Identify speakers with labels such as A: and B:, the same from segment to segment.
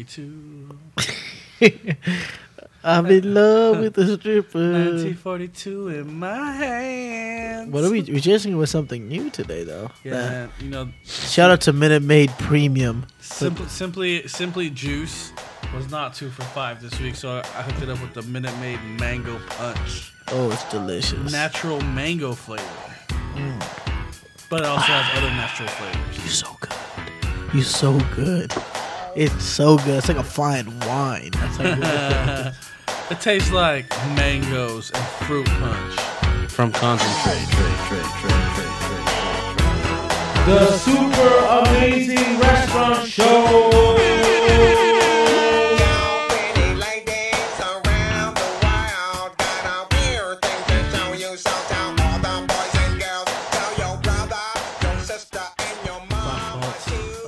A: 1942.
B: I'm in love with the stripper.
A: 1942 in my hands.
B: What are we? We're dancing with something new today, though.
A: Yeah,
B: Uh,
A: you know,
B: Shout out to Minute Maid Premium.
A: simple, simply, simply juice was not two for five this week, so I hooked it up with the Minute Maid Mango Punch,
B: Oh, it's delicious.
A: natural mango flavor, but it also has other natural flavors.
B: You're so good. You're so good. It's so good. It's like a fine wine. That's like
A: It tastes like mangoes and fruit punch.
C: From concentrate, trade, trade, trade, trade, trade, trade, trade.
A: The super amazing restaurant show.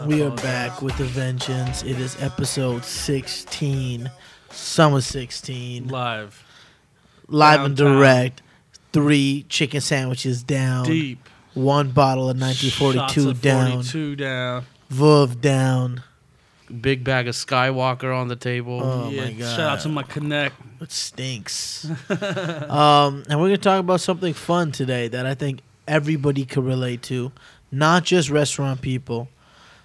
B: we are back with a vengeance. It is episode 16, summer 16,
A: Live,
B: live and
A: downtown.
B: direct. Three chicken sandwiches down.
A: deep.
B: One bottle of
A: Shots
B: 1942
A: of
B: down.
A: 42 down.
B: Vuv down.
C: Big bag of Skywalker on the table.
B: Oh
A: yeah,
B: my god.
A: Shout out to my connect.
B: It stinks. um, and we're going to talk about something fun today that I think everybody could relate to, not just restaurant people.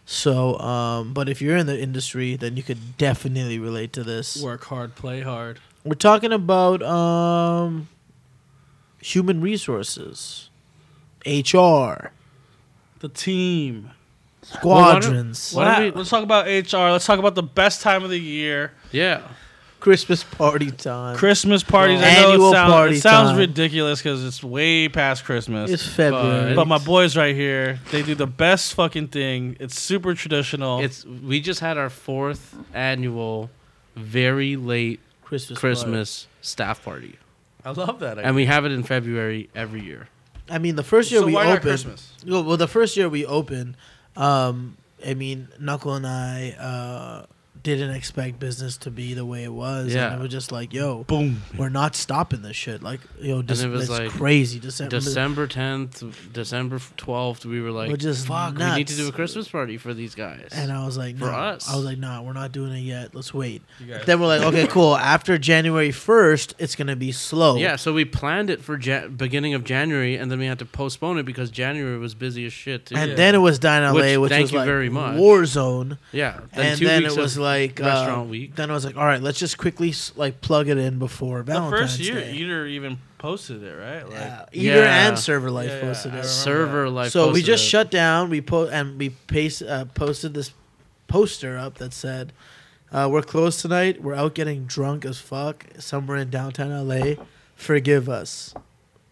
B: So, um, but if you're in the industry, then you could definitely relate to this.
A: Work hard, play hard.
B: We're talking about um, human resources, HR,
A: The team.
C: why don't-
B: squadrons,
C: why- What
A: What
C: do we-
A: hap- let's talk about HR. Let's talk about the best time of the year.
C: yeah.
B: Christmas party time.
A: Christmas parties.
B: Well,
A: I know
B: annual
A: it sounds,
B: party
A: it sounds
B: time.
A: ridiculous because it's way past Christmas.
B: it's February.
A: but my boys right here, they do the best fucking thing. It's super traditional.
C: It's we just had our fourth annual very late
B: Christmas.
C: Christmas staff party.
A: I love that.
C: And we have it in February every year.
B: party. I mean, the first year
A: so
B: we
A: why not
B: opened.
A: Christmas?
B: Well, well, the first year we opened, um, I mean, Knuckle and I uh, didn't expect business to be the way it was.
C: Yeah.
B: And it was just like, yo,
A: Boom.
B: we're not stopping this shit. Like, yo, just,
C: it was
B: it's
C: like
B: crazy. December.
C: December 10th, December 12th, we were like,
B: We're just
C: fuck, we need to
B: nuts.
C: do a Christmas party for these guys.
B: And uh, I was like, no.
C: For us.
B: I was like, nah, we're not doing it yet. Let's wait.
A: You guys-
B: Then we're like, okay, cool. After January 1st, it's going to be slow.
C: yeah, so we planned it for ja- beginning of January, and then we had to postpone it because January was busy as shit. Too.
B: And
A: Yeah.
B: then it was Dine
C: Which,
B: LA, which,
C: thank
B: was
C: you
B: like
C: very much.
B: war zone.
C: yeah,
B: and
C: two
B: then
C: weeks
B: it
C: of
B: was like uh,
C: restaurant week.
B: Then I was like, all right, let's just quickly s- like plug it in before
A: The
B: Valentine's
A: first year,
B: Day.
A: Eater even posted it, right? Like,
B: Yeah,
C: Yeah.
B: Eater and server life
A: Yeah, yeah,
B: posted
A: I
B: it.
A: remember
C: server like
B: so we
C: posted
B: just
C: it.
B: shut down. We po- and we paste, uh, posted this poster up that said, uh, "We're closed tonight. We're out getting drunk as fuck somewhere in downtown LA. Forgive us.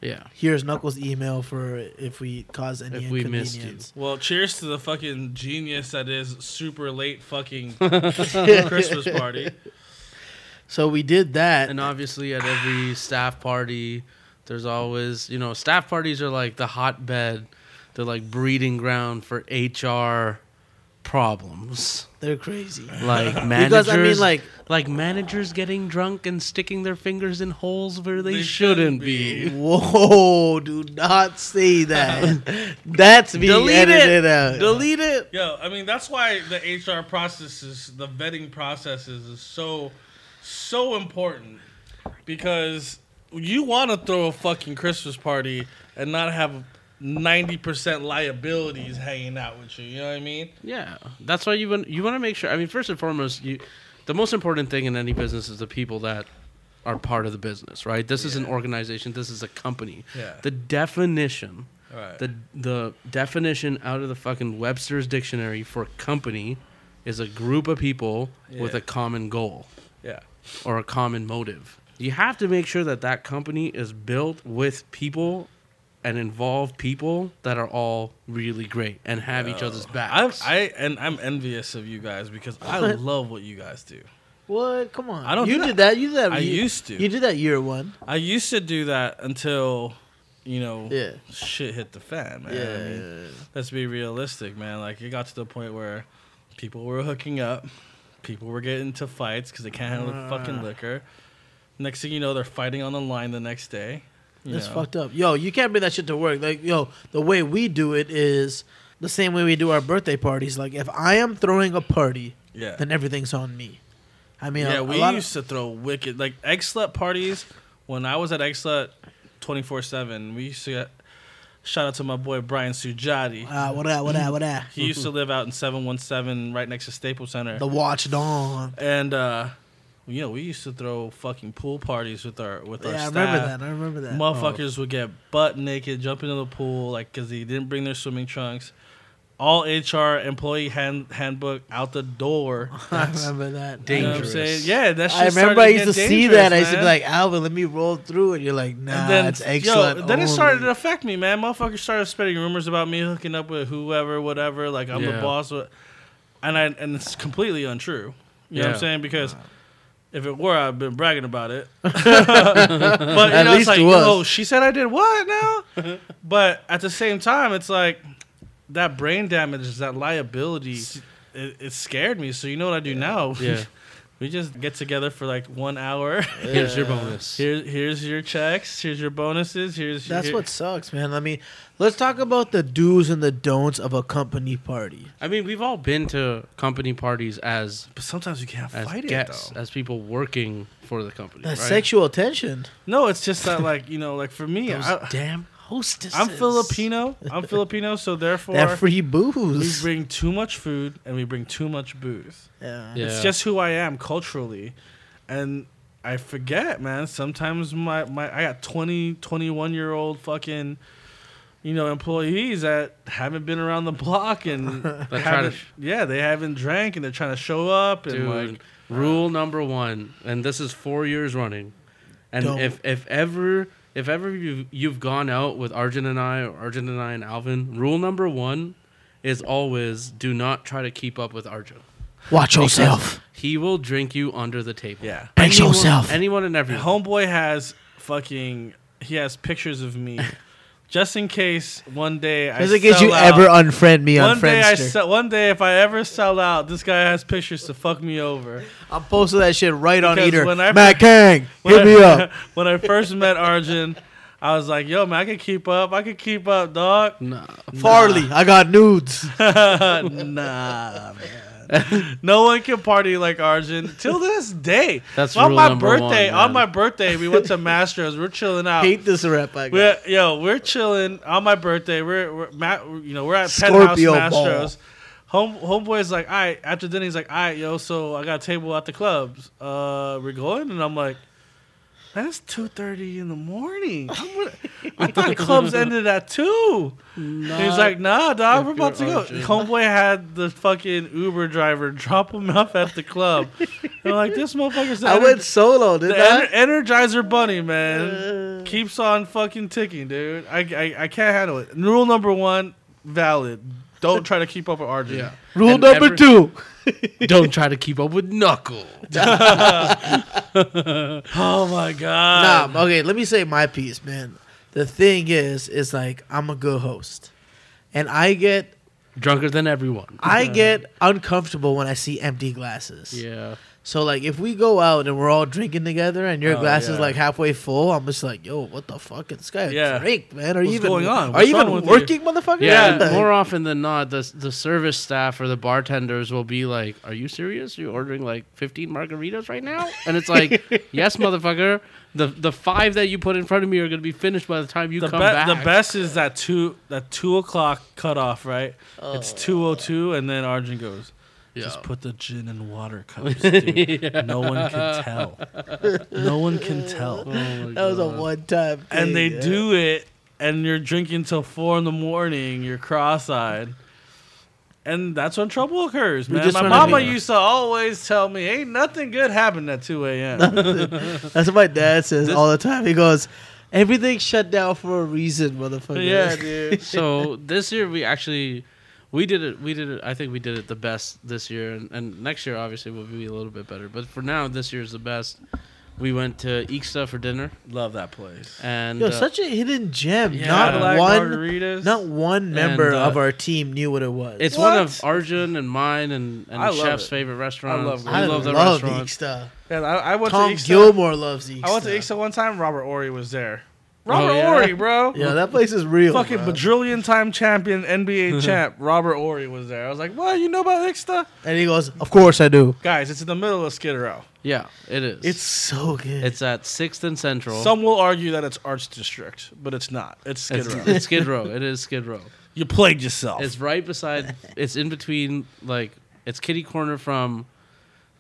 C: yeah.
B: Here's Knuckles' email for if we cause any
C: If we missed you.
B: inconvenience."
A: Well, cheers to the fucking genius that is super late fucking Christmas party.
B: So we did that.
C: and obviously at every staff party there's always you know staff parties are like the hotbed they're like breeding ground for hr problems
B: They're crazy.
C: like managers
B: Because I mean, like
C: like managers getting drunk and sticking their fingers in holes where they,
A: They shouldn't
C: shouldn't be,
B: Whoa, do not say that. That's me
C: delete
B: edited
C: it
B: out.
C: delete it
A: Yo, I mean that's why the HR processes, the vetting processes, is so so important because you want to throw a fucking Christmas party and not have ninety percent liabilities hanging out with you. You know what I mean?
C: yeah that's why you want you want to make sure i mean first and foremost you the most important thing in any business is the people that are part of the business right this is an organization this is a company
A: Yeah.
C: the definition
A: All right.
C: The the definition out of the fucking Webster's dictionary for company is a group of people with
A: Yeah.
C: a common goal
A: yeah.
C: or a common motive. You have to make sure that that company is built with people and involve people that are all really great and have each other's
A: I'm,
C: backs.
A: Uh, I and I'm envious of you guys because I love what you guys do.
B: What? Come on.
A: I don't
B: You
A: do
B: did that. You did that.
A: I
B: you,
A: used to.
B: You did that year one.
A: I used to do that until, you know,
B: Yeah.
A: shit hit the fan, man. I
B: Yeah,
A: mean,
B: yeah, yeah.
A: let's be realistic, man. Like it got to the point where people were hooking up, people were getting into fights because they can't handle the fucking liquor. Next thing you know, they're fighting on the line the next day. you
B: That's
A: know.
B: fucked up. Yo, you can't bring that shit to work. Like, yo, the way we do it is the same way we do our birthday parties. Like, if I am throwing a party
A: Yeah.
B: then everything's on me. I mean,
A: yeah,
B: a,
A: we
B: a lot of-
A: used to throw wicked like XLet parties when I was at XLet twenty four seven. We used to get, shout out to my boy Brian Sujati.
B: Ah, what that, what that, what that.
A: He used to live out in seven one seven, right next to Staples Center.
B: The watch dawn.
A: And uh, you know, we used to throw fucking pool parties with our with our
B: Yeah, I
A: staff.
B: remember that. I remember that.
A: Motherfuckers would get butt naked, jump into the pool, like because they didn't bring their swimming trunks. All HR employee hand, handbook out the door.
B: I remember that.
A: You know
C: Dangerous.
A: what I'm saying? Yeah, that's.
B: I remember I used to see that. I used to be like, Alvin, let me roll through. And you're like, nah,
A: and then
B: it's excellent. Oh
A: yo, then it started to affect me, man. Motherfuckers started spreading rumors about me hooking up with whoever, whatever. Like I'm the
C: Yeah.
A: boss, wha- and I and it's completely untrue. You know what
C: Yeah.
A: I'm saying? Because if it were, I've been bragging about it. but you know,
B: least
A: it's like,
B: it was.
A: oh, she said I did what now? but at the same time, it's like that brain damage, is that liability, it, it scared me. So you know what I do now?
C: Yeah.
A: we just get together for like one hour.
C: Here's your bonus.
A: Here, here's your checks. Here's your bonuses. Here's
B: That's
A: your,
B: what sucks, man. I mean, let's talk about the do's and the don'ts of a company party.
C: I mean, we've all been to company parties as
A: But sometimes you can't
C: as
A: fight
C: guests,
A: it though.
C: as people working for the company.
B: That
C: right?
B: sexual tension.
A: No, it's just that like you know, like for me,
C: Those
A: I,
C: damn hostesses.
A: I'm Filipino. I'm Filipino, so therefore
B: That
A: we
B: free booze.
A: bring too much food and we bring too much booze.
B: yeah.
C: Yeah.
A: It's just who I am culturally, and I forget, man. Sometimes my my I got 20, 21 year old fucking. You know, employees that haven't been around the block and
C: to
A: haven't-
C: sh-
A: yeah, they haven't drank and they're trying to show up and
C: Dude,
A: like
C: rule number one, and this is four years running, and
B: Don't.
C: if if ever if ever you've you've gone out with Arjun and I, or Arjun and I and Alvin, rule number one is always do not try to keep up with Arjun.
B: Watch yourself.
C: He will drink you under the table.
A: yeah.
B: Brace
C: Anyone-
B: yourself.
C: Anyone and everyone.
A: Homeboy has fucking. He has pictures of me, just in case one day I.
B: Just in case
A: sell
B: you
A: out.
B: ever unfriend me on
A: One day I
B: Friendster.
A: sell, One day, if I ever sell out, this guy has pictures to fuck me over.
B: I'm posting that shit right on
A: Because
B: Eater.
A: when I-
B: Matt Kang, hit me
A: I,
B: up.
A: when I first met Arjun, I was like, "Yo, man, I can keep up. I can keep up, dog."
C: Nah.
B: Farley, I got nudes.
A: nah, man. no one can party like Arjun till this day.
C: That's
A: on
C: rule
A: my
C: number one,
A: birthday. on my
C: man.
A: birthday, we went to Masters. We're chilling out.
B: Hate this rap I got.
A: We're, yo, we're chilling on my birthday. We're, we're Matt, you know, we're at
B: Scorpio
A: Penthouse
B: ball.
A: Mastros. Home homeboy's like, all right. After dinner, he's like, all right, yo. So I got a table at the clubs. Uh, we're going, and I'm like, man, it's two thirty in the morning. I'm gonna- I thought clubs ended at two. And He's like, nah, dog,
C: if
A: we're about to
C: you're
A: go.
C: Arjun.
A: Homeboy had the fucking Uber driver drop him off at the club. and I'm like, this motherfucker's the
B: I
A: ener-
B: went solo, did
A: the
B: I?
A: ener- Energizer Bunny, man. Keeps on fucking ticking, dude. I, I, I can't handle it. Rule number one, valid. Don't try to keep up with RJ.
C: Yeah.
B: Rule
C: And
B: number
C: every-
B: two.
C: Don't try to keep up with Knuckle.
A: Oh my god.
B: Nah, okay, let me say my piece, man. The thing is, is like I'm a good host, and I get
C: Drunker than everyone.
B: I get uncomfortable when I see empty glasses.
C: Yeah.
B: So like, if we go out and we're all drinking together, and your
A: Oh,
B: glass is
A: yeah.
B: like halfway full, I'm just like, yo, what the fuck? Is this guy a
A: Yeah.
B: drink, man? Are you
A: What's
B: even
A: going on?
B: Are you
A: What's
B: even
A: wrong with you?
B: working, motherfucker?
C: Yeah,
B: What the-
C: more often than not, the the service staff or the bartenders will be like, "Are you serious? You're ordering like 15 margaritas right now?" And it's like, "Yes, motherfucker. The the five that you put in front of me are gonna be finished by the time you
A: The,
C: come
A: be-
C: back."
A: the best is that two that two o'clock cutoff, right? It's two o two, and then Arjun goes. Just
C: Yeah.
A: put the gin and water cups, dude. No one can tell. No one can tell.
C: Oh my
B: That was a
C: God.
B: one time.
A: and they do it, and you're drinking till four in the morning. You're cross-eyed, and that's when trouble occurs, man.
B: just
A: My
B: wanna be-
A: mama used to always tell me, "Ain't nothing good happened at two a.m."
B: That's what my dad says
A: This-
B: all the time. He goes, "Everything shut down for a reason, motherfucker."
A: yeah, dude.
C: so this year we actually we did it we did it i think we did it the best this year and, and next year obviously will be a little bit better but for now this year's the best we went to Ixta for dinner
A: Love that place.
C: and
B: Yo,
C: uh,
B: such a hidden gem.
C: Yeah.
B: Not
A: Cadillac
B: one,
A: margaritas.
B: not one member
C: uh,
B: of our team knew what it was.
C: it's one of arjun and mine and, and
A: I love
C: chef's
A: it.
C: favorite restaurant
A: love it.
B: I
A: we
B: love,
C: the
B: Ixta.
C: restaurant
A: Yeah, I, I went
B: Tom
A: to Ixta.
B: Gilmore loves Ixta.
A: I went to Ixta one time. Robert Ory was there. Robert
C: yeah?
A: Ory, bro.
B: Oh, Yeah, that place is real.
A: Fucking
B: bro.
A: bajillion time champion, NBA champ Robert Ory was there. I was like, "What? You know about Ixta?
B: and he goes, "Of course I do."
A: Guys, it's in the middle of Skid Row.
C: Yeah, it is.
B: It's so good.
C: it's at Sixth and Central.
A: Some will argue that it's Arts District, but it's not. It's Skid
C: it's,
A: Row.
C: it's Skid Row. It is Skid Row.
A: you plagued yourself.
C: It's right beside. It's in between. Like it's kitty corner from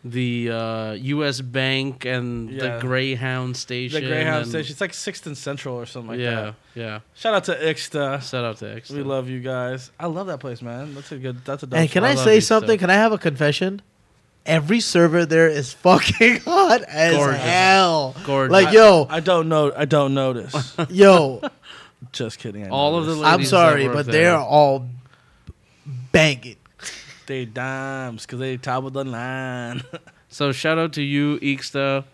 C: the uh, U.S. Bank and
A: Yeah.
C: the Greyhound station.
A: the Greyhound
C: and-
A: Station. It's like Sixth and Central or something like
C: yeah,
A: that.
C: yeah.
A: Shout out to Ixta.
C: Set up the X.
A: We love you guys. I love that place, man. That's a good. That's a. dope
B: and can
A: spot.
B: I
C: love
B: say
C: you, sir.
B: something? Can I have a confession? Every server there is fucking hot as
C: Gorgeous.
B: hell.
C: Gorgeous.
B: Like yo,
A: I don't know. I don't notice.
B: yo,
A: Just kidding. I
C: All of the
A: noticed.
C: ladies.
B: I'm sorry,
C: that work
B: but they
C: there.
B: are all banging.
A: they dimes because they top of the line.
C: So shout out to you, Ixta,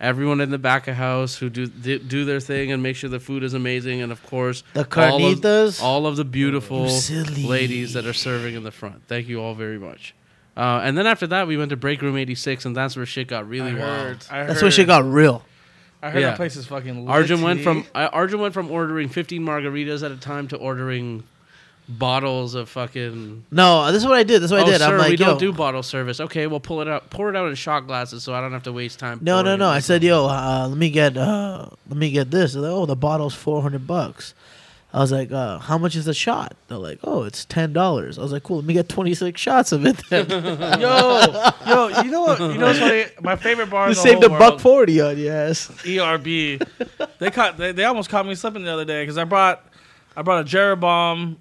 C: everyone in the back of house who do do do their thing and make sure the food is amazing, and of course
B: The
C: all of-
B: carnitas?
C: all of, the beautiful
B: You silly.
C: ladies that are serving in the front. Thank you all very much. Uh, and then after that, we went to break room 86, and that's where shit got really
A: I heard.
C: wild.
A: I heard
B: That's when shit got real.
A: I heard
C: Yeah.
A: that place is fucking. Lit
C: Arjun went
A: T.
C: from I- Arjun went from ordering 15 margaritas at a time to ordering bottles of fucking.
B: No, this is what I did. This is what
C: oh,
B: I did.
C: sir,
B: I'm like,
C: we
B: yo,
C: don't do bottle service. Okay, well, pull it out, pour it out in shot glasses, so I don't have to waste time.
B: No, no,
C: pouring
B: no.
C: it.
B: I said, yo, uh, let me get, uh, let me get this. They're like, oh, the bottle's four hundred bucks. I was like, uh, how much is the shot? They're like, oh, it's ten dollars. I was like, cool. Let me get twenty six shots of it. Then.
A: yo yo. You know what? You know what's funny? My favorite bar.
B: you
A: in the
B: saved a
A: whole
B: buck
A: world,
B: forty on your ass.
A: ERB. E they caught. They, they almost caught me slipping the other day because I brought, I brought a Jeroboam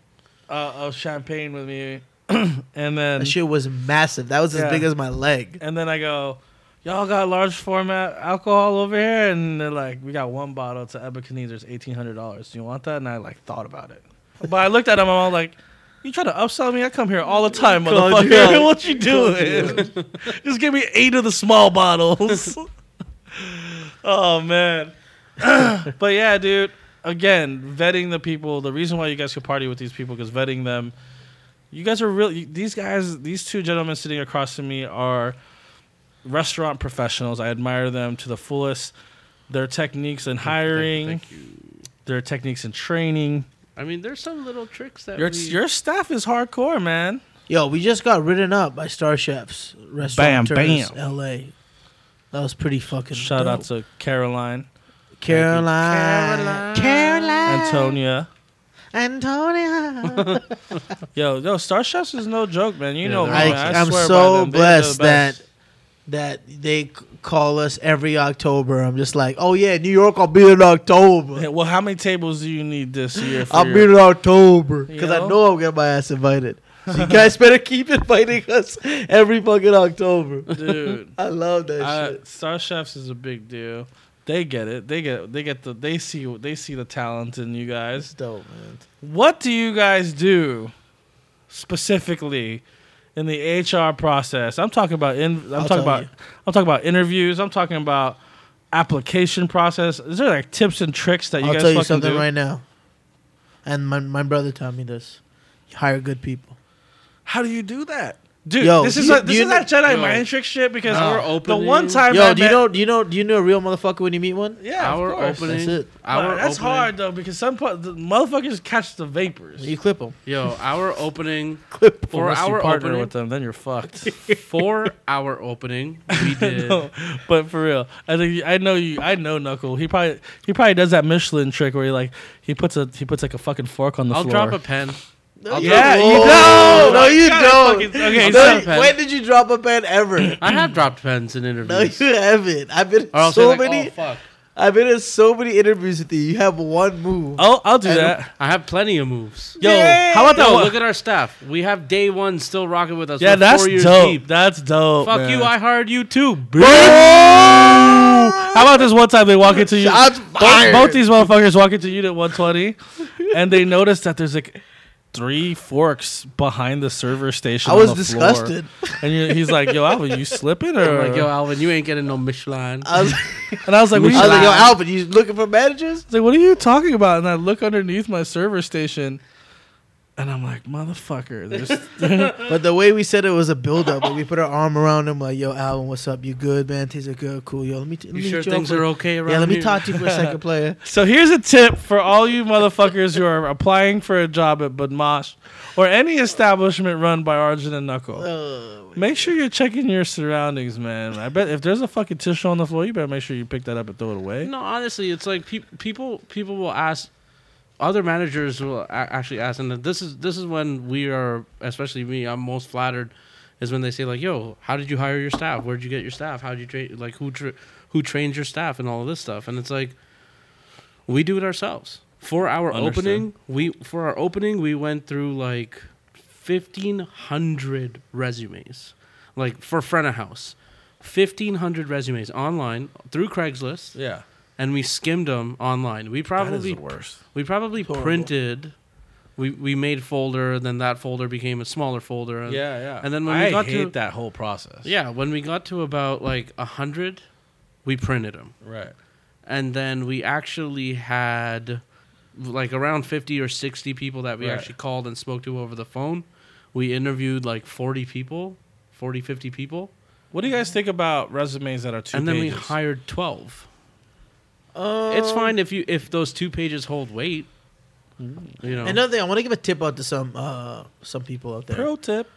A: uh, of champagne with me, and then
B: That shit was massive. That was
A: Yeah.
B: as big as my leg.
A: and then I go, y'all got large format alcohol over here, and they're like, we got one bottle. It's an Ebeneezer's, eighteen hundred dollars. Do you want that? And I like thought about it, but I looked at him. I'm all like. You try to upsell me? I come here all the time,
B: Called you
A: motherfucker.
B: out.
A: what you doing? Just give me eight of the small bottles. oh man. but yeah, dude. Again, vetting the people. The reason why you guys could party with these people because vetting them. You guys are real. you- These guys, these two gentlemen sitting across from me are restaurant professionals. I admire them to the fullest. Their techniques in hiring,
C: Thank you.
A: their techniques in training.
C: I mean, there's some little tricks that
A: Your
C: we,
A: your staff is hardcore, man.
B: Yo, we just got ridden up by Star Chefs Restaurant
A: bam.
B: L.A. That was pretty fucking.
A: Shout
B: dope.
A: out to Caroline,
B: Caroline,
C: Caroline.
B: Caroline,
A: Antonia.
B: Antonia.
A: Yo, yo, Star Chefs is no joke, man. You
C: Yeah,
A: know,
C: they're
A: Oh, man,
B: I,
A: swear
B: am
A: by them.
B: so
A: They- they're the
B: blessed
A: best.
B: that that they c- call us every October. I'm just like, oh yeah, New York, I'll be in
A: Yeah,
B: October.
A: well, how many tables do you need this year? For
B: I'll be
A: your-
B: in October
A: You
B: because
A: know?
B: I know I'm getting my ass invited. So you guys better keep inviting us every fucking October.
A: dude.
B: I love that
A: I,
B: shit.
A: Star Chefs is a big deal. They get it. They get. They get the. They see. They see the talent in you
B: It's
A: guys.
B: dope, man.
A: What do you guys do specifically in the HR process? I'm talking about. In, I'm
B: I'll
A: talking
B: tell
A: about.
B: you.
A: I'm talking about interviews. I'm talking about application process. Is there like tips and tricks that you
B: I'll
A: guys
B: tell you
A: fucking
B: something
A: do?
B: right now. And my my brother taught me this. You hire good people.
A: How do you do that? Dude,
B: Yo,
A: this is
B: you-
A: a, this
B: you
A: is that Jedi
C: yo.
A: mind trick shit because
C: Our
A: the
C: opening-
A: one time I
B: Yo, do you
A: met-
B: know do you know do you know a real motherfucker when you meet one?
A: yeah, of
C: our
A: course.
C: opening.
B: That's it.
C: Our
A: Nah, that's
C: opening-
A: hard though because some part, the motherfuckers catch the vapors.
B: You clip them.
C: Yo, our opening
B: Clip 'em.
C: for our opening
A: them, then you're fucked.
C: for our opening we did.
A: No, but for real, I think I know you. I know Knuckle. He probably he probably does that Michelin trick where he like he puts a he puts like a fucking fork on the
C: I'll
A: floor.
C: drop a pen. I'll
B: yeah,
A: drop-
B: you
A: Whoa.
B: don't. No, you
A: Gotta
B: don't.
A: fucking- okay,
B: No,
A: drop
B: you-
C: pen.
B: when did you drop a pen ever?
C: I have dropped pens in
B: No,
C: interviews.
B: you haven't. I've been in
C: Or I'll say
B: so
C: like,
B: many.
C: oh fuck.
B: I've been in so many interviews with you. You have one move.
C: Oh,
A: I'll I'll do
B: And-
A: that.
C: I have plenty of moves.
A: Yo,
B: Yay!
A: how about that?
C: Yo,
A: one?
C: look at our staff. We have day one still rocking with us.
A: yeah,
C: We're
A: that's
C: four years
A: dope.
C: deep.
A: That's dope.
C: Fuck
A: man.
C: you, I hired you too.
A: Boo! How about this one time they walk into you?
B: Shots
A: Both,
B: fired.
A: both these motherfuckers walk into unit 120, and they notice that there's like three forks behind the server station.
B: I
A: on
B: was
A: the floor.
B: disgusted.
A: and you, he's like, "Yo, Alvin, you slipping?" Or
C: I'm like, yo, Alvin, you ain't getting no Michelin.
B: I was,
A: and I was like, what
B: I
A: are
B: was like,
A: you,
B: yo,
A: I
B: Alvin, you looking for managers?
A: was like, "What are you talking about?" And I look underneath my server station.
C: And I'm like, motherfucker, there's
B: But the way we said it was a build up, like we put our arm around him, like, "Yo, Alvin, what's up? You good, man? Things are good, cool. Yo, let me, t- let
C: you
B: me
C: sure
B: hit you up
C: things
B: for-
C: are okay around
B: Yeah, let me
C: here?
B: talk to you for a second, player.
A: So here's a tip for all you motherfuckers who are applying for a job at Budmash or any establishment run by Arjun and Knuckle.
B: Oh,
A: Make sure you're checking your surroundings, man. I bet if there's a fucking tissue on the floor, you better make sure you pick that up and throw it away.
C: No, honestly, it's like peop people people will ask other managers will a- actually ask, and this is this is when we are, especially me, I'm most flattered, is when they say like, "Yo, how did you hire your staff? Where'd you get your staff? How did you train? Like who tra- who trained your staff and all of this stuff?" And it's like, we do it ourselves. For our
A: Understood.
C: opening, we for our opening we went through like fifteen hundred resumes, like for front of house, fifteen hundred resumes online through Craigslist
A: Yeah,
C: and we skimmed them online. We
A: that is
C: probably
A: the worst.
C: we probably
B: Horrible.
C: printed. We we made folder, then that folder became a smaller folder. And,
A: Yeah, yeah.
C: And then when
A: I
C: we got
A: hate
C: to
A: that whole process.
C: yeah, when we got to about like a hundred, we printed them,
A: right.
C: and then we actually had like around fifty or sixty people that we
A: Right.
C: actually called and spoke to over the phone. We interviewed like forty people, 40, 50 people,
A: What do you guys think about resumes that are two
C: and then we
A: pages?
C: hired twelve.
B: Um,
C: it's fine if you if those two pages hold weight. You know,
A: uh,
B: Another thing, I want to give a tip out to some uh, some people out there.
A: Pro tip.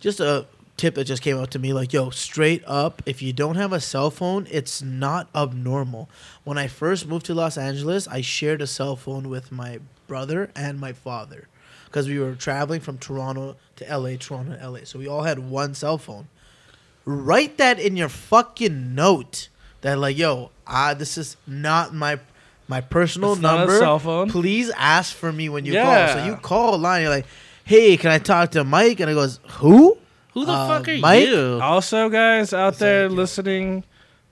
B: just a tip that just came out to me like yo straight up if you don't have a cell phone it's not abnormal when i first moved to los angeles i shared a cell phone with my brother and my father because we were traveling from toronto to la toronto to la so we all had one cell phone write that in your fucking note that like yo ah this is not my my personal
A: It's not a
B: number
A: cell phone.
B: please ask for me when you call so
A: Yeah.
B: you call a line you're like hey can i talk to mike and it goes who
C: who the
B: uh,
C: fuck are
B: Mike?
C: you?
A: Also, guys out
B: That's
A: there
B: how you do it.
A: listening,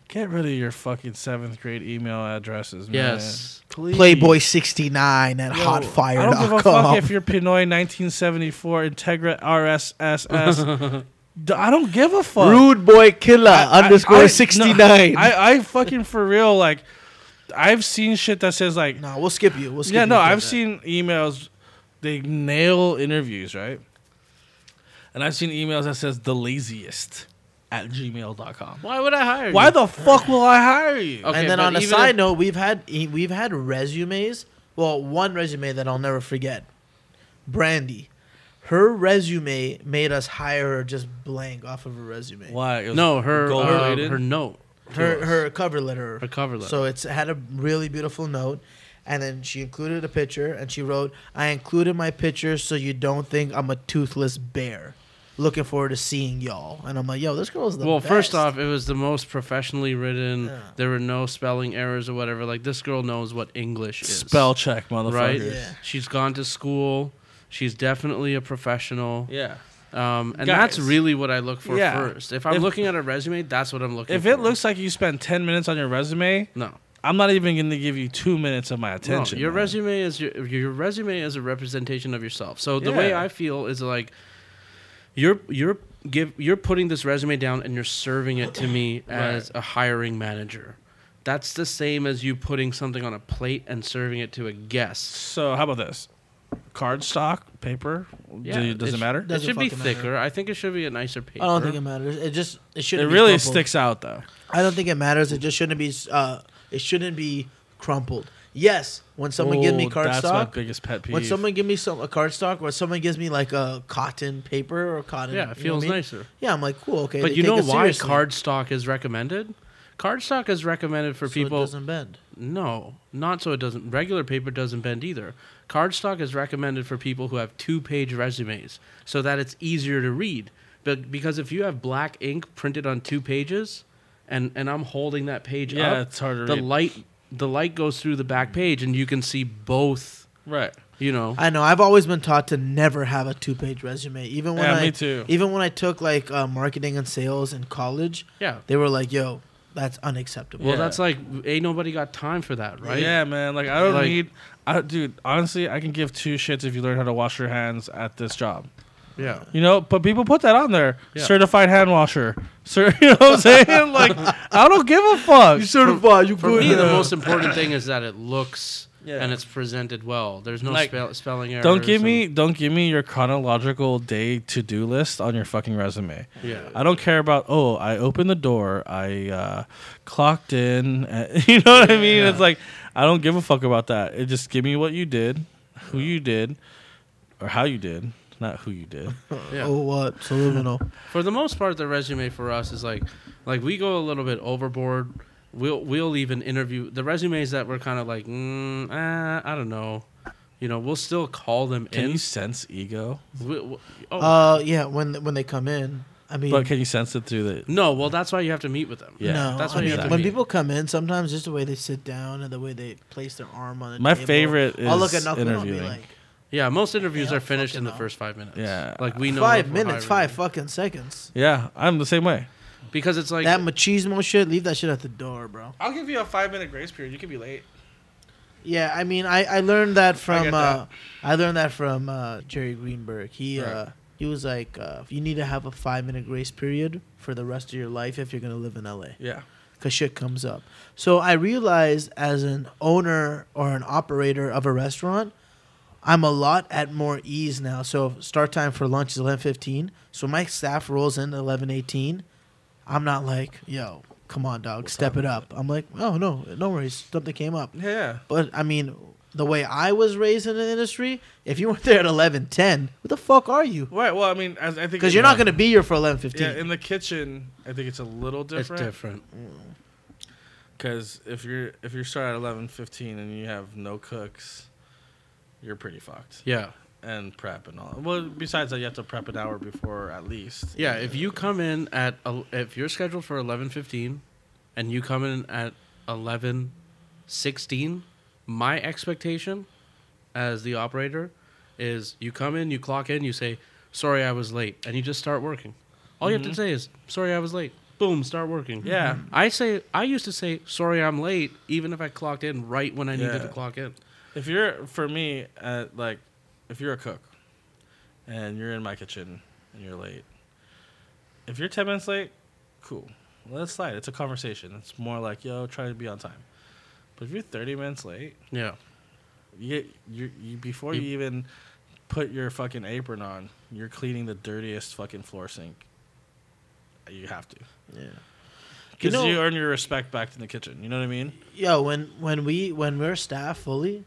A: get rid of your fucking seventh grade email addresses, man.
C: Yes,
A: Please.
B: Playboy69 at
A: Yo,
B: hotfire.com.
A: I don't give a fuck if you're Pinoy 1974 Integra RSSS. D- I don't give a fuck.
B: Rude boy killer
A: I- I-
B: underscore
A: I- no,
B: 69.
A: I, I fucking for real like I've seen shit that says like
B: no, we'll skip you. We'll skip
A: yeah,
B: you
A: no,
B: for
A: I've
B: that.
A: seen emails. They nail interviews, right? And I've seen emails that says the laziest at gmail.com.
C: why would I hire?
A: Why
C: you?
A: the fuck will I hire you?
C: Okay,
B: and then
C: but
B: on a
C: even
B: side
C: if-
B: note, we've had e- we've had resumes. Well, one resume that I'll never forget. Brandy. Her resume made us hire her just blank off of her resume.
A: Why? It was
C: no her
A: gold
C: uh,
A: plated?
C: her note to
B: her
C: us.
B: her cover letter.
C: Her cover letter.
B: So it's it had a really beautiful note, and then she included a picture, and she wrote, "I included my picture so you don't think I'm a toothless bear. Looking forward to seeing y'all." And I'm like, "Yo, this girl's the
C: well, first
B: best."
C: off, it was the most professionally written.
B: Yeah.
C: There were no spelling errors or whatever. Like this girl knows what English is.
A: spell check, motherfucker.
C: right?
B: Yeah.
C: She's gone to school. She's definitely a professional.
A: Yeah.
C: Um, and that's
A: Guys.
C: really what I look for
A: Yeah.
C: first. If I'm
A: If-
C: looking at a resume, that's what I'm looking
A: If
C: for.
A: it looks like you spent 10 minutes on your resume,
C: no.
A: I'm not even going to give you two minutes of my
C: No,
A: attention.
C: your
A: man.
C: resume is your, your resume is a representation of yourself. So the way
A: Yeah.
C: I feel is like you're you're give you're putting this resume down and you're serving it to me as a hiring manager. That's the same as you putting something on a plate and serving it to a guest.
A: So, how about this? Cardstock, paper,
C: Yeah,
A: do, does
C: it
A: it
C: sh-
A: matter?
B: Doesn't
C: it should be
B: fucking matter.
C: thicker. I think it should be a nicer paper.
B: I don't think it matters. It just it
A: It
B: shouldn't. be
A: really
B: crumpled.
A: sticks out, though.
B: I don't think it matters. It just shouldn't be. Uh, it shouldn't be crumpled. Yes, when someone give me
A: Oh, That's my
B: cardstock,
A: biggest pet peeve.
B: when someone give me some a cardstock, or someone gives me like a cotton paper or cotton.
C: yeah, it
B: you know what I
C: feels
B: mean?
C: nicer.
B: Yeah, I'm like cool. Okay,
C: But
B: they
C: you
B: take
C: know
B: it
C: why
B: seriously,
C: cardstock is recommended? Cardstock is recommended for
B: so it
C: people
B: doesn't bend.
C: No, not so it doesn't. Regular paper doesn't bend either. Cardstock is recommended for people who have two page resumes so that it's easier to read. But because if you have black ink printed on two pages and, and I'm holding that page
A: yeah,
C: up,
A: it's hard to
C: the
A: read.
C: light the light goes through the back page and you can see both,
A: right.
C: you know.
B: I know. I've always been taught to never have a two-page resume. Even when
A: Yeah,
B: I,
A: me too.
B: even when I took like uh, marketing and sales in college,
C: yeah.
B: they were like, "Yo, that's unacceptable."
C: Well,
A: Yeah.
C: that's like ain't nobody got time for that, right?
A: Yeah, man. Like I don't
C: Like-
A: need. I, dude, honestly, I can give two shits if you learn how to wash your hands at this job.
C: Yeah.
A: You know, but people put that on there.
C: Yeah.
A: Certified hand washer. Sir, you know what I'm saying? like I don't give a fuck.
B: certified. You
C: For me, the most important thing is that it looks
D: Yeah.
C: and it's presented well. There's no
A: Like,
C: spell, spelling errors.
A: Don't give
C: and-
A: me don't give me your chronological day to do list on your fucking resume.
C: Yeah.
A: I don't care about oh I opened the door I uh, clocked in at, you know what I mean
C: Yeah.
A: it's like I don't give a fuck about that it just give me what you did who you did or how you did not who you did
C: Yeah.
B: Oh, what? Subliminal.
C: for the most part, the resume for us is like, like we go a little bit overboard. We'll we'll even interview the resumes that we're kind of like, mm, ah, I don't know, you know. We'll still call them
A: can
C: in.
A: you sense ego
C: We- we- oh
B: Uh, yeah. When when they come in, I mean,
A: but can you sense it through the
C: no, well that's why you have to meet with them.
A: Yeah.
B: no.
C: that's
B: I
C: why you
B: mean,
C: have to
B: when
C: meet.
B: people come in, sometimes just the way they sit down and the way they place their arm on the
A: My
B: table,
A: favorite
B: I'll look
A: is
B: at Knuckle and I'll be
A: interviewing.
B: like,
C: Yeah, most interviews
B: Yeah,
C: are finished in
B: fucking
C: the
B: hell.
C: first five minutes.
A: Yeah.
C: like we know
B: five
C: if we're
B: minutes,
C: hiring
B: five fucking seconds.
A: yeah I'm the same way
C: them. because it's like
B: that machismo shit, leave that shit at the door, bro.
A: I'll give you a five minute grace period you could be late
B: Yeah, I mean, I, I learned that from
A: get
B: uh, I learned that from uh, Jerry Greenberg. He
A: Right.
B: uh, he was like, uh, you need to have a five minute grace period for the rest of your life if you're gonna live in LA,
A: yeah
B: cause shit comes up. So I realized as an owner or an operator of a restaurant, I'm a lot at more ease now. So start time for lunch is eleven fifteen. So my staff rolls in at eleven eighteen. I'm not like, yo, come on, dog, step it up. I'm like, oh no, no worries, something came up.
A: yeah
B: But I mean, the way I was raised in the industry, if you weren't there at eleven ten, what the fuck are you?
A: right well I mean as I think
B: Because you're not gonna be here for eleven fifteen.
A: the kitchen I think it's a little
C: it's different.
A: Because if you're if you start at eleven fifteen and you have no cooks, you're pretty fucked.
C: Yeah,
A: And prep and all. Well, besides that, you have to prep an hour before at least.
C: yeah. If you come in at el- if you're scheduled for eleven fifteen, and you come in at eleven sixteen, my expectation as the operator is you come in, you clock in, you say sorry I was late, and you just start working. All you have to say is sorry I was late. Boom, start working.
A: Mm-hmm.
C: Mm-hmm.
A: Yeah.
C: I say I used to say sorry I'm late even if I clocked in right when I needed
A: Yeah.
C: to clock in.
A: If you're for me, at like, if you're a cook, and you're in my kitchen and you're late, if you're ten minutes late, cool, let it slide. It's a conversation. It's more like yo, try to be on time. But if you're thirty minutes late,
C: Yeah.
A: you, you, you before
C: You-
A: you, even put your fucking apron on, you're cleaning the dirtiest fucking floor sink. You have to,
B: yeah. You
A: because you,
B: know-
A: earn your respect back in the kitchen. You know what I mean?
B: Yo, when when we when we're staff fully,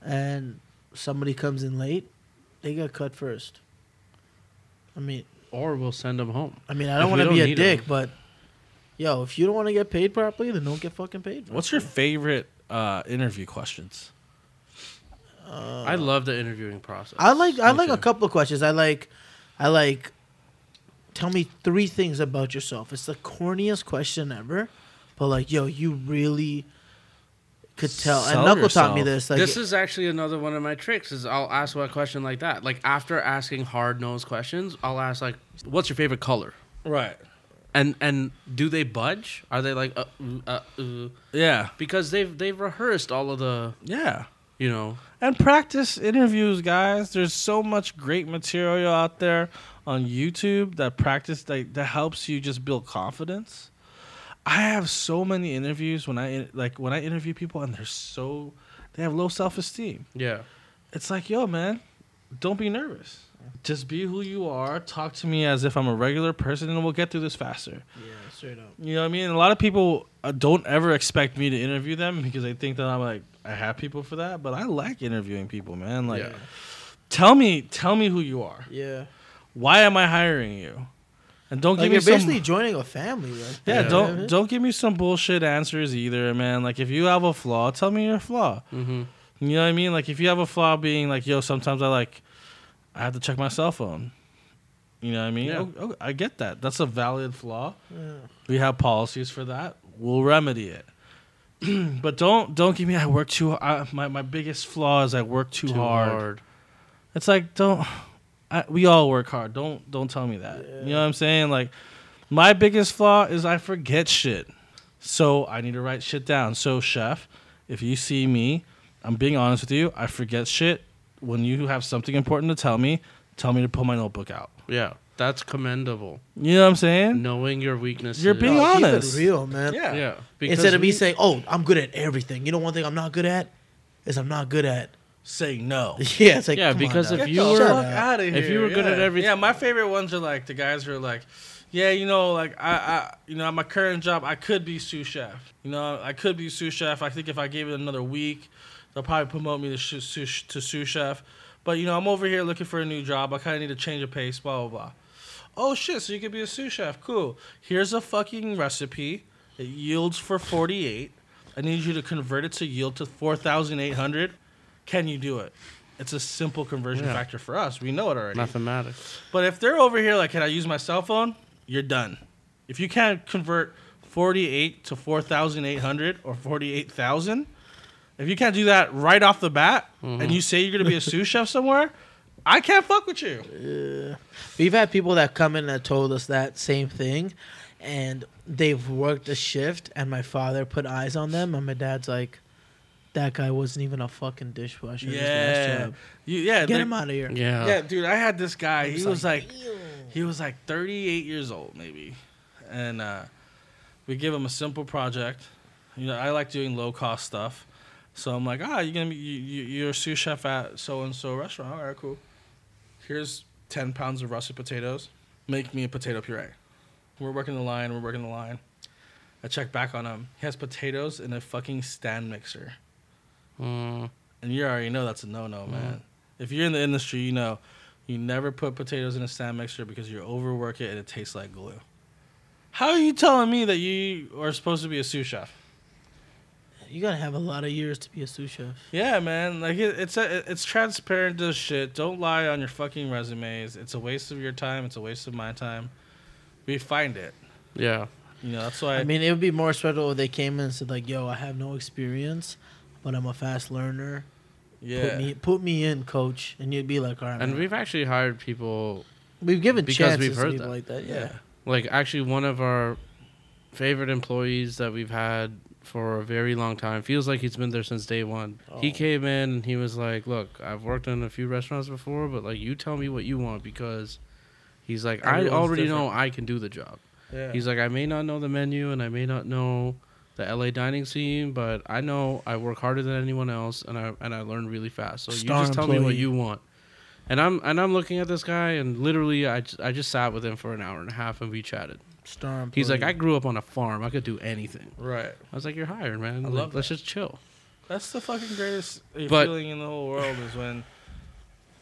B: and somebody comes in late, they get cut first. I mean,
C: Or we'll send them home.
B: I mean, I
C: If
B: don't
C: we
B: want to
C: don't
B: be a
C: need
B: dick,
C: them.
B: but yo, if you don't want to get paid properly, then don't get fucking paid.
A: What's your favorite uh, interview questions? Oh.
C: I love the interviewing process.
B: I like I
A: Me
B: like a
A: too.
B: couple of questions. I like I like tell me three things about yourself. It's the corniest question ever. But like, yo, you really could tell
A: Sell
B: and Knuckle taught me
A: yourself.
B: this. Like
C: this is actually another one of my tricks is I'll ask a question like that. Like after asking hard nosed questions, I'll ask like, "What's your favorite color?"
A: Right.
C: And and do they budge? Are they like, uh, ooh, uh, ooh?
A: Yeah.
C: because they've they've rehearsed all of the
A: Yeah.
C: you know
A: And practice interviews, guys. There's so much great material out there on YouTube that practice that, that helps you just build confidence. I have so many interviews when I like when I interview people and they're so they have low self-esteem.
C: yeah
A: It's like, yo, man, don't be nervous. Just be who you are. Talk to me as if I'm a regular person and we'll get through this faster.
B: yeah, straight up.
A: You know what I mean? A lot of people uh, don't ever expect me to interview them because they think that I'm like I have people for that, but I like interviewing people, man. Like
C: yeah
A: tell me tell me who you are.
B: Yeah.
A: Why am I hiring you? And don't give
B: Like you're
A: me some
B: basically joining a family, right?
A: yeah,
C: Yeah.
A: don't don't give me some bullshit answers either, man. Like if you have a flaw, tell me your flaw.
C: hmm
A: You know what I mean? Like if you have a flaw being like, yo, sometimes I like I have to check my cell phone. You know what I mean?
C: Yeah.
A: Oh, oh, I get that. That's a valid flaw.
B: Yeah.
A: We have policies for that. We'll remedy it. but don't don't give me I work too I, my my biggest flaw is I work too, hard. It's like don't I, we all work hard. Don't don't tell me that. You know what I'm saying? Like my biggest flaw is I forget shit. So I need to write shit down. So chef, if you see me, I'm being honest with you, I forget shit. When you have something important to tell me, tell me to pull my notebook out.
C: yeah that's commendable
A: You know what I'm saying?
C: knowing your weaknesses
A: You're being
B: Keep it
A: honest.
B: real, man.
A: Yeah.
C: yeah
B: Instead of me
C: we-
B: saying, "Oh, I'm good at everything," you know, one thing I'm not good at, is I'm not good at
A: Say no.
B: yeah. It's like
C: Yeah,
B: come on
C: because
B: now.
C: if
A: Get
C: you
A: the
C: were-
A: fuck out of here.
C: if you were good
A: yeah.
C: at everything-
A: yeah. My favorite ones are like the guys who are like, yeah, you know, like I, I, you know, at my current job, I could be sous chef. You know, I could be sous chef. I think if I gave it another week, they'll probably promote me to sous, sous, to sous chef. But you know, I'm over here looking for a new job. I kind of need a change of pace. Blah blah blah. Oh shit! So you could be a sous chef. Cool. Here's a fucking recipe. It yields for 48. I need you to convert it to yield to 4,800. Can you do it? It's a simple conversion
C: Yeah.
A: factor for us. We know it already.
C: Mathematics.
A: But if they're over here like, can I use my cell phone? You're done. If you can't convert 48 to 4,800 or 48,000, if you can't do that right off the bat and you say you're going to be a sous chef somewhere, I can't fuck with you.
B: We've had people that come in that told us that same thing, and they've worked a shift, and my father put eyes on them, and my dad's like, "That guy wasn't even a fucking dishwasher. in his last
A: Yeah.
B: job.
A: You, yeah.
B: get
A: they-
B: him out of here."
C: Yeah.
A: Yeah, dude, I had this guy. He
B: It's
A: was like, he was like 38 years old, maybe, and uh, we give him a simple project. You know, I like doing low cost stuff, so I'm like, ah, you're gonna be, you, you, you're a sous chef at so and so restaurant. All right, cool. Here's 10 pounds of russet potatoes. Make me a potato puree. We're working the line. We're working the line. I check back on him. He has potatoes in a fucking stand mixer.
C: Mm,
A: And you already know that's a no
B: Mm-hmm.
A: no, man. If you're in the industry, you know you never put potatoes in a stand mixer because you overwork it and it tastes like glue. How are you telling me that you are supposed to be a sous chef?
B: You gotta have a lot of years to be a sous chef.
A: Yeah, man. Like it, it's a, it's transparent as shit. Don't lie on your fucking resumes. It's a waste of your time. It's a waste of my time. We find it.
C: yeah.
A: You know that's why.
B: I mean, it would be more special if they came in and said like, "Yo, I have no experience, but I'm a fast learner.
A: yeah.
B: Put me, put me in, coach." And you'd be like, "All right."
C: And
B: man."
C: we've actually hired people
B: we've given
C: because
B: chances
C: we've heard
B: to people
C: that.
B: like that. Yeah.
A: yeah.
C: like actually one of our favorite employees that we've had for a very long time feels like he's been there since day one
A: Oh.
C: he came in and he was like look i've worked in a few restaurants before but like you tell me what you want because he's like
A: Everyone's
C: i already know
A: different.
C: i can do the job
A: Yeah.
C: he's like i may not know the menu and i may not know the la dining scene but i know i work harder than anyone else and i and i learn really fast so
B: Star
C: you just tell me
B: employee.
C: what you want and i'm and i'm looking at this guy and literally i, j- I just sat with him for an hour and a half and we chatted
B: Star employee.
C: He's like, I grew up on a farm. I could do anything.
A: right.
C: I was like, you're hired, man.
A: I
C: Like,
A: love
C: Let's just chill.
A: That's the fucking greatest uh,
C: But-
A: feeling in the whole world is when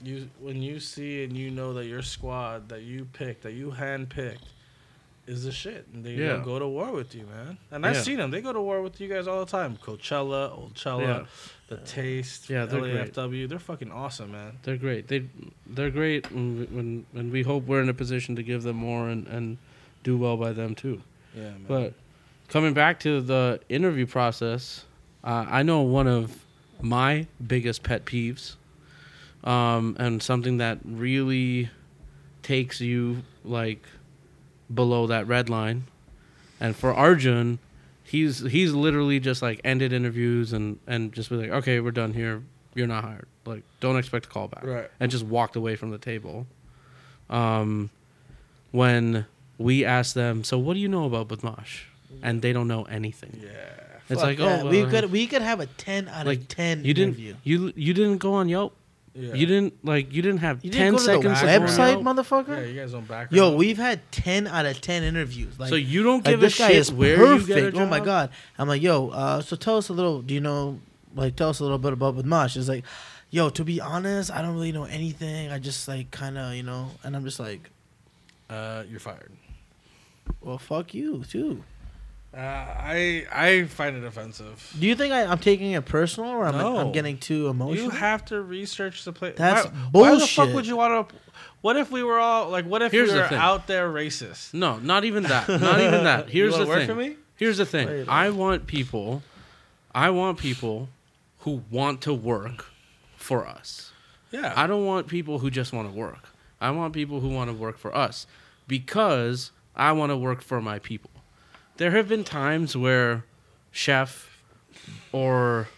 A: you when you see and you know that your squad that you picked that you handpicked is the shit and they
C: Yeah.
A: go to war with you, man. And I've
C: Yeah.
A: seen them; they go to war with you guys all the time. Coachella, Old Chella, The Taste,
C: Yeah, they're great.
A: LAFW. They're fucking awesome, man.
C: They're great. They, they're great, and we- when and we hope we're in a position to give them more and and do well by them too.
A: Yeah, man.
C: But coming back to the interview process, uh, I know one of my biggest pet peeves, um, and something that really takes you like below that red line. And for Arjun, he's he's literally just like ended interviews and and just be like, okay, we're done here. You're not hired. Like, don't expect a call back.
A: Right.
C: And just walked away from the table. Um, when we asked them, so what do you know about Badmash? And they don't know anything.
A: yeah,
C: It's
B: Fuck
C: like,
B: that.
C: oh,
B: we
C: well,
B: could we could have a ten out of
C: like,
B: ten.
C: you didn't
B: interview.
C: you you didn't go on Yelp.
A: yeah.
C: You didn't like you didn't have
B: You didn't
C: ten
B: go to the
C: seconds of
B: website,
C: Yelp.
A: Yeah,
B: motherfucker.
A: you guys on back.
B: Yo, we've had ten out of ten interviews. Like,
C: so you don't
B: like,
C: give a
B: this guy
C: shit
B: is
C: where
B: perfect.
C: you get a job.
B: Oh my god! I'm like, yo. Uh, so tell us a little. Do you know? Like, tell us a little bit about with Mosh. It's like, yo. To be honest, I don't really know anything. I just like kind of, you know. And I'm just like,
A: uh, you're fired.
B: well, fuck you too.
A: Uh, I I find it offensive.
B: Do you think I, I'm taking it personal or I'm,
A: No.
B: I'm getting too emotional?
A: You have to research the place.
B: That's
A: why, Why the fuck
B: bullshit.
A: would you want to? What if we were all like? What if
C: Here's
A: we
C: the
A: were
C: thing.
A: out there racist?
C: No, not even that. Not even that.
A: You
C: Here's
A: wanna
C: the
A: work
C: thing.
A: for me?
C: Here's the thing.
B: Later.
C: I want people. I want people who want to work for us.
A: Yeah,
C: I don't want people who just want to work. I want people who want to work for us because I want to work for my people. There have been times where chef or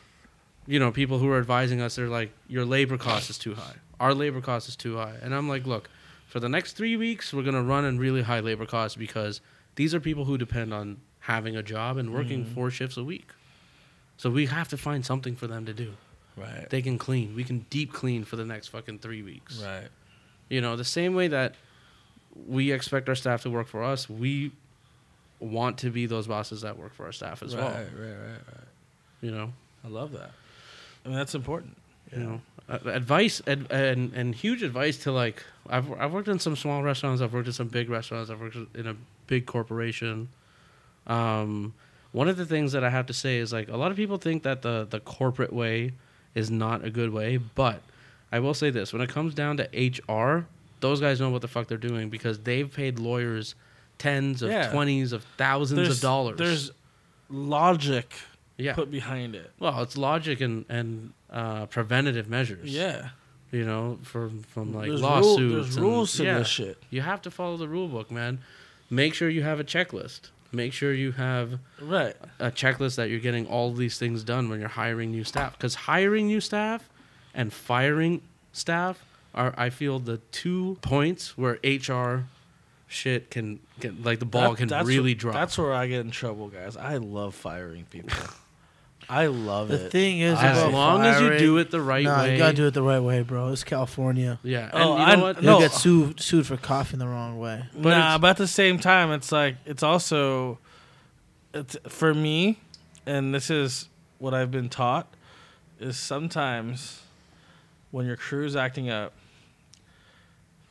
C: you know people who are advising us they're like your labor cost is too high. Our labor cost is too high. And I'm like, look, for the next 3 weeks we're going to run in really high labor costs because these are people who depend on having a job and working four shifts a week. So we have to find something for them to do.
A: Right.
C: They can clean. We can deep clean for the next fucking three weeks.
A: Right.
C: You know, the same way that we expect our staff to work for us, we want to be those bosses that work for our staff as
A: right,
C: well.
A: right. Right. Right.
C: You know,
A: I love that. I mean, that's important.
C: you know, Uh, advice ad, and and huge advice to like I've I've worked in some small restaurants, I've worked in some big restaurants, I've worked in a big corporation. Um, one of the things that I have to say is like a lot of people think that the the corporate way is not a good way, but I will say this: when it comes down to HR, those guys know what the fuck they're doing because they've paid lawyers tens of
A: Yeah.
C: twenties of thousands of dollars.
A: There's logic
C: yeah,
A: put behind it.
C: well, it's logic and and uh, preventative measures.
A: Yeah.
C: you know, from from like
A: There's rule-
C: lawsuits.
A: there's
C: and-
A: rules to this shit.
C: You have to follow the rule book, man. Make sure you have a checklist. Make sure you have
A: Right.
C: a checklist that you're getting all these things done when you're hiring new staff. Because hiring new staff and firing staff are, I feel, the two points where HR shit can get like the ball
A: That-
C: can
A: that's
C: really
A: wh-
C: drop.
A: That's where I get in trouble, guys. I love firing people. I love
B: The
A: it.
B: thing is,
C: as
B: about
C: long as you
B: firing-
C: do it the right
B: nah,
C: way.
B: you gotta do it the right way, bro. It's California.
C: Yeah.
A: Oh,
C: and you
A: I-
C: know what?
B: You'll
A: No.
B: get sued sued for coughing the wrong way.
C: But
A: nah,
C: it's-
A: but at the same time, it's like it's also it's for me, and this is what I've been taught is sometimes when your crew's acting up,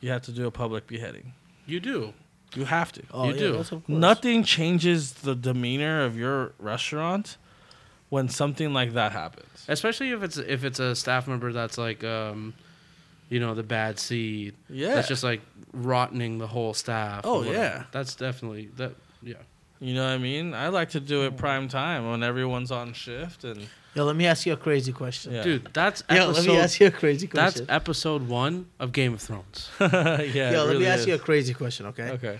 A: you have to do a public beheading.
C: You do.
A: You have to.
B: Oh,
C: You
B: yeah,
C: do.
B: that's of course.
A: Nothing changes the demeanor of your restaurant when something like that happens.
C: especially if it's if it's a staff member that's like um you know the bad seed
A: Yeah.
C: that's just like rottening the whole staff or
A: Oh,
C: whatever.
A: yeah.
C: that's definitely that yeah
A: You know what I mean? I like to do
B: Mm.
A: it prime time when everyone's on shift and
B: Yo, let me ask you a crazy question.
A: Yeah.
C: dude that's
B: Yo,
C: episode,
B: let me ask you a crazy
C: that's
B: question.
C: episode one of game of thrones
A: yeah.
B: Yo, let me ask you a crazy question, okay?
A: Okay.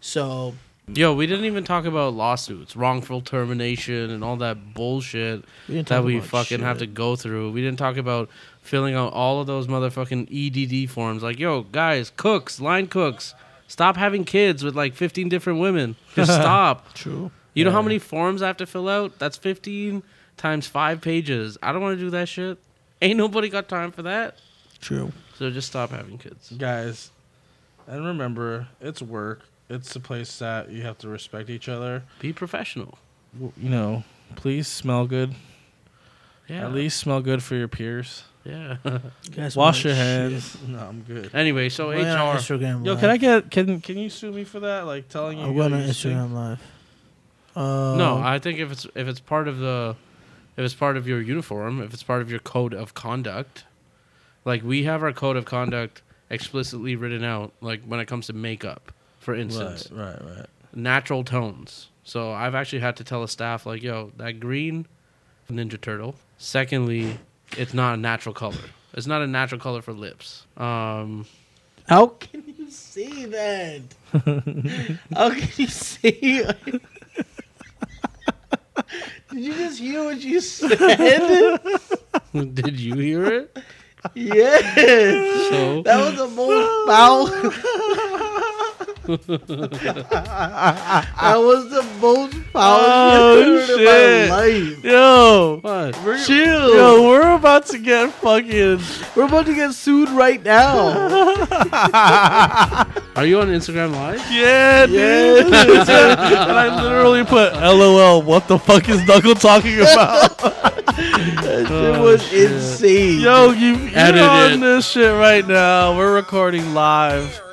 B: So,
C: yo we didn't even talk about lawsuits wrongful termination and all that bullshit
B: we didn't
C: that
B: talk
C: we
B: about
C: fucking have to
B: shit.
C: go through we didn't talk about filling out all of those motherfucking edd forms like yo guys cooks line cooks stop having kids with like 15 different women just stop
B: True.
C: You know how
A: Yeah.
C: many forms I have to fill out? That's 15 times five pages. I don't want to do that shit. Ain't nobody got time for that.
B: True.
C: So just stop having kids.
A: guys and remember it's work it's a place that you have to respect each other
C: Be professional.
A: W- you know please smell good
C: Yeah.
A: at least smell good for your peers
C: Yeah.
B: You guys
A: wash
B: want
A: your
B: shit.
A: hands no i'm good
C: anyway, so
B: Went on
C: HR.
B: Instagram
A: yo
B: live.
A: can i get can can you sue me for that like telling you
B: I'm
A: yo,
B: going on
A: you stink?
B: Instagram live. Uh,
C: No, I think if it's if it's part of the if it's part of your uniform, if it's part of your code of conduct, like we have our code of conduct explicitly written out like when it comes to makeup, for instance.
A: right right right
C: natural tones. So I've actually had to tell a staff like, "Yo, that green, Ninja Turtle." Secondly, it's not a natural color. It's not a natural color for lips. Um,
B: How can you see that? How can you see? Did you just hear what you said?
C: did you hear it?
B: yes.
C: So
B: That was the most foul. that was the most foul
A: Oh,
B: shit I've
A: shit.
B: heard in my life.
A: yo
C: what?
B: Chill.
A: yo we're about to get fucking
B: We're about to get sued right now.
C: Are you on Instagram Live?
A: yeah dude and i literally put lol what the fuck is knuckle talking about
B: That shit
C: Oh,
B: was insane.
A: Oh, yo you you're
C: Edit
A: on
C: it.
A: this shit right now we're recording live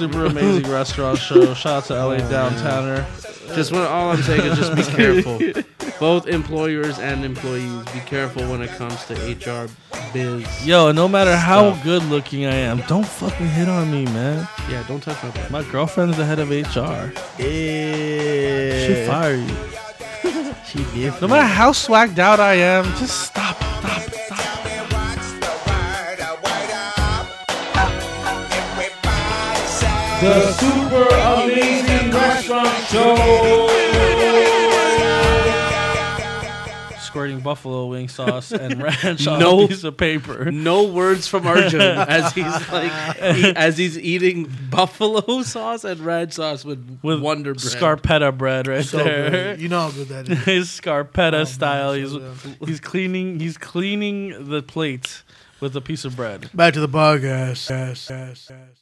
A: Super amazing restaurant show. Shout out to
B: Oh,
A: LA Downtowner.
C: Just what all I'm saying is just be careful. Both employers and employees, be careful when it comes to HR biz.
A: Yo, and no matter how
C: Stop.
A: good looking I am, don't fucking hit on me, man.
C: Yeah, don't touch my butt.
A: My girlfriend's the head of HR. She
B: Yeah.
A: fire you.
B: She did.
A: No matter how swagged out I am, just stop, stop, stop. The super amazing restaurant show. squirting buffalo wing sauce and ranch on
C: No.
A: a piece of paper.
C: No words from Arjun as he's like e- as he's eating buffalo sauce and ranch sauce with,
A: With
C: Wonder Bread.
A: Scarpetta bread right
B: So
A: there.
B: good. You know how good that is.
A: His Scarpetta
B: Oh, man,
A: style.
B: so
A: he's
B: good.
A: he's cleaning he's cleaning the plates with a piece of bread.
B: Back to the podcast. Yes, yes, yes.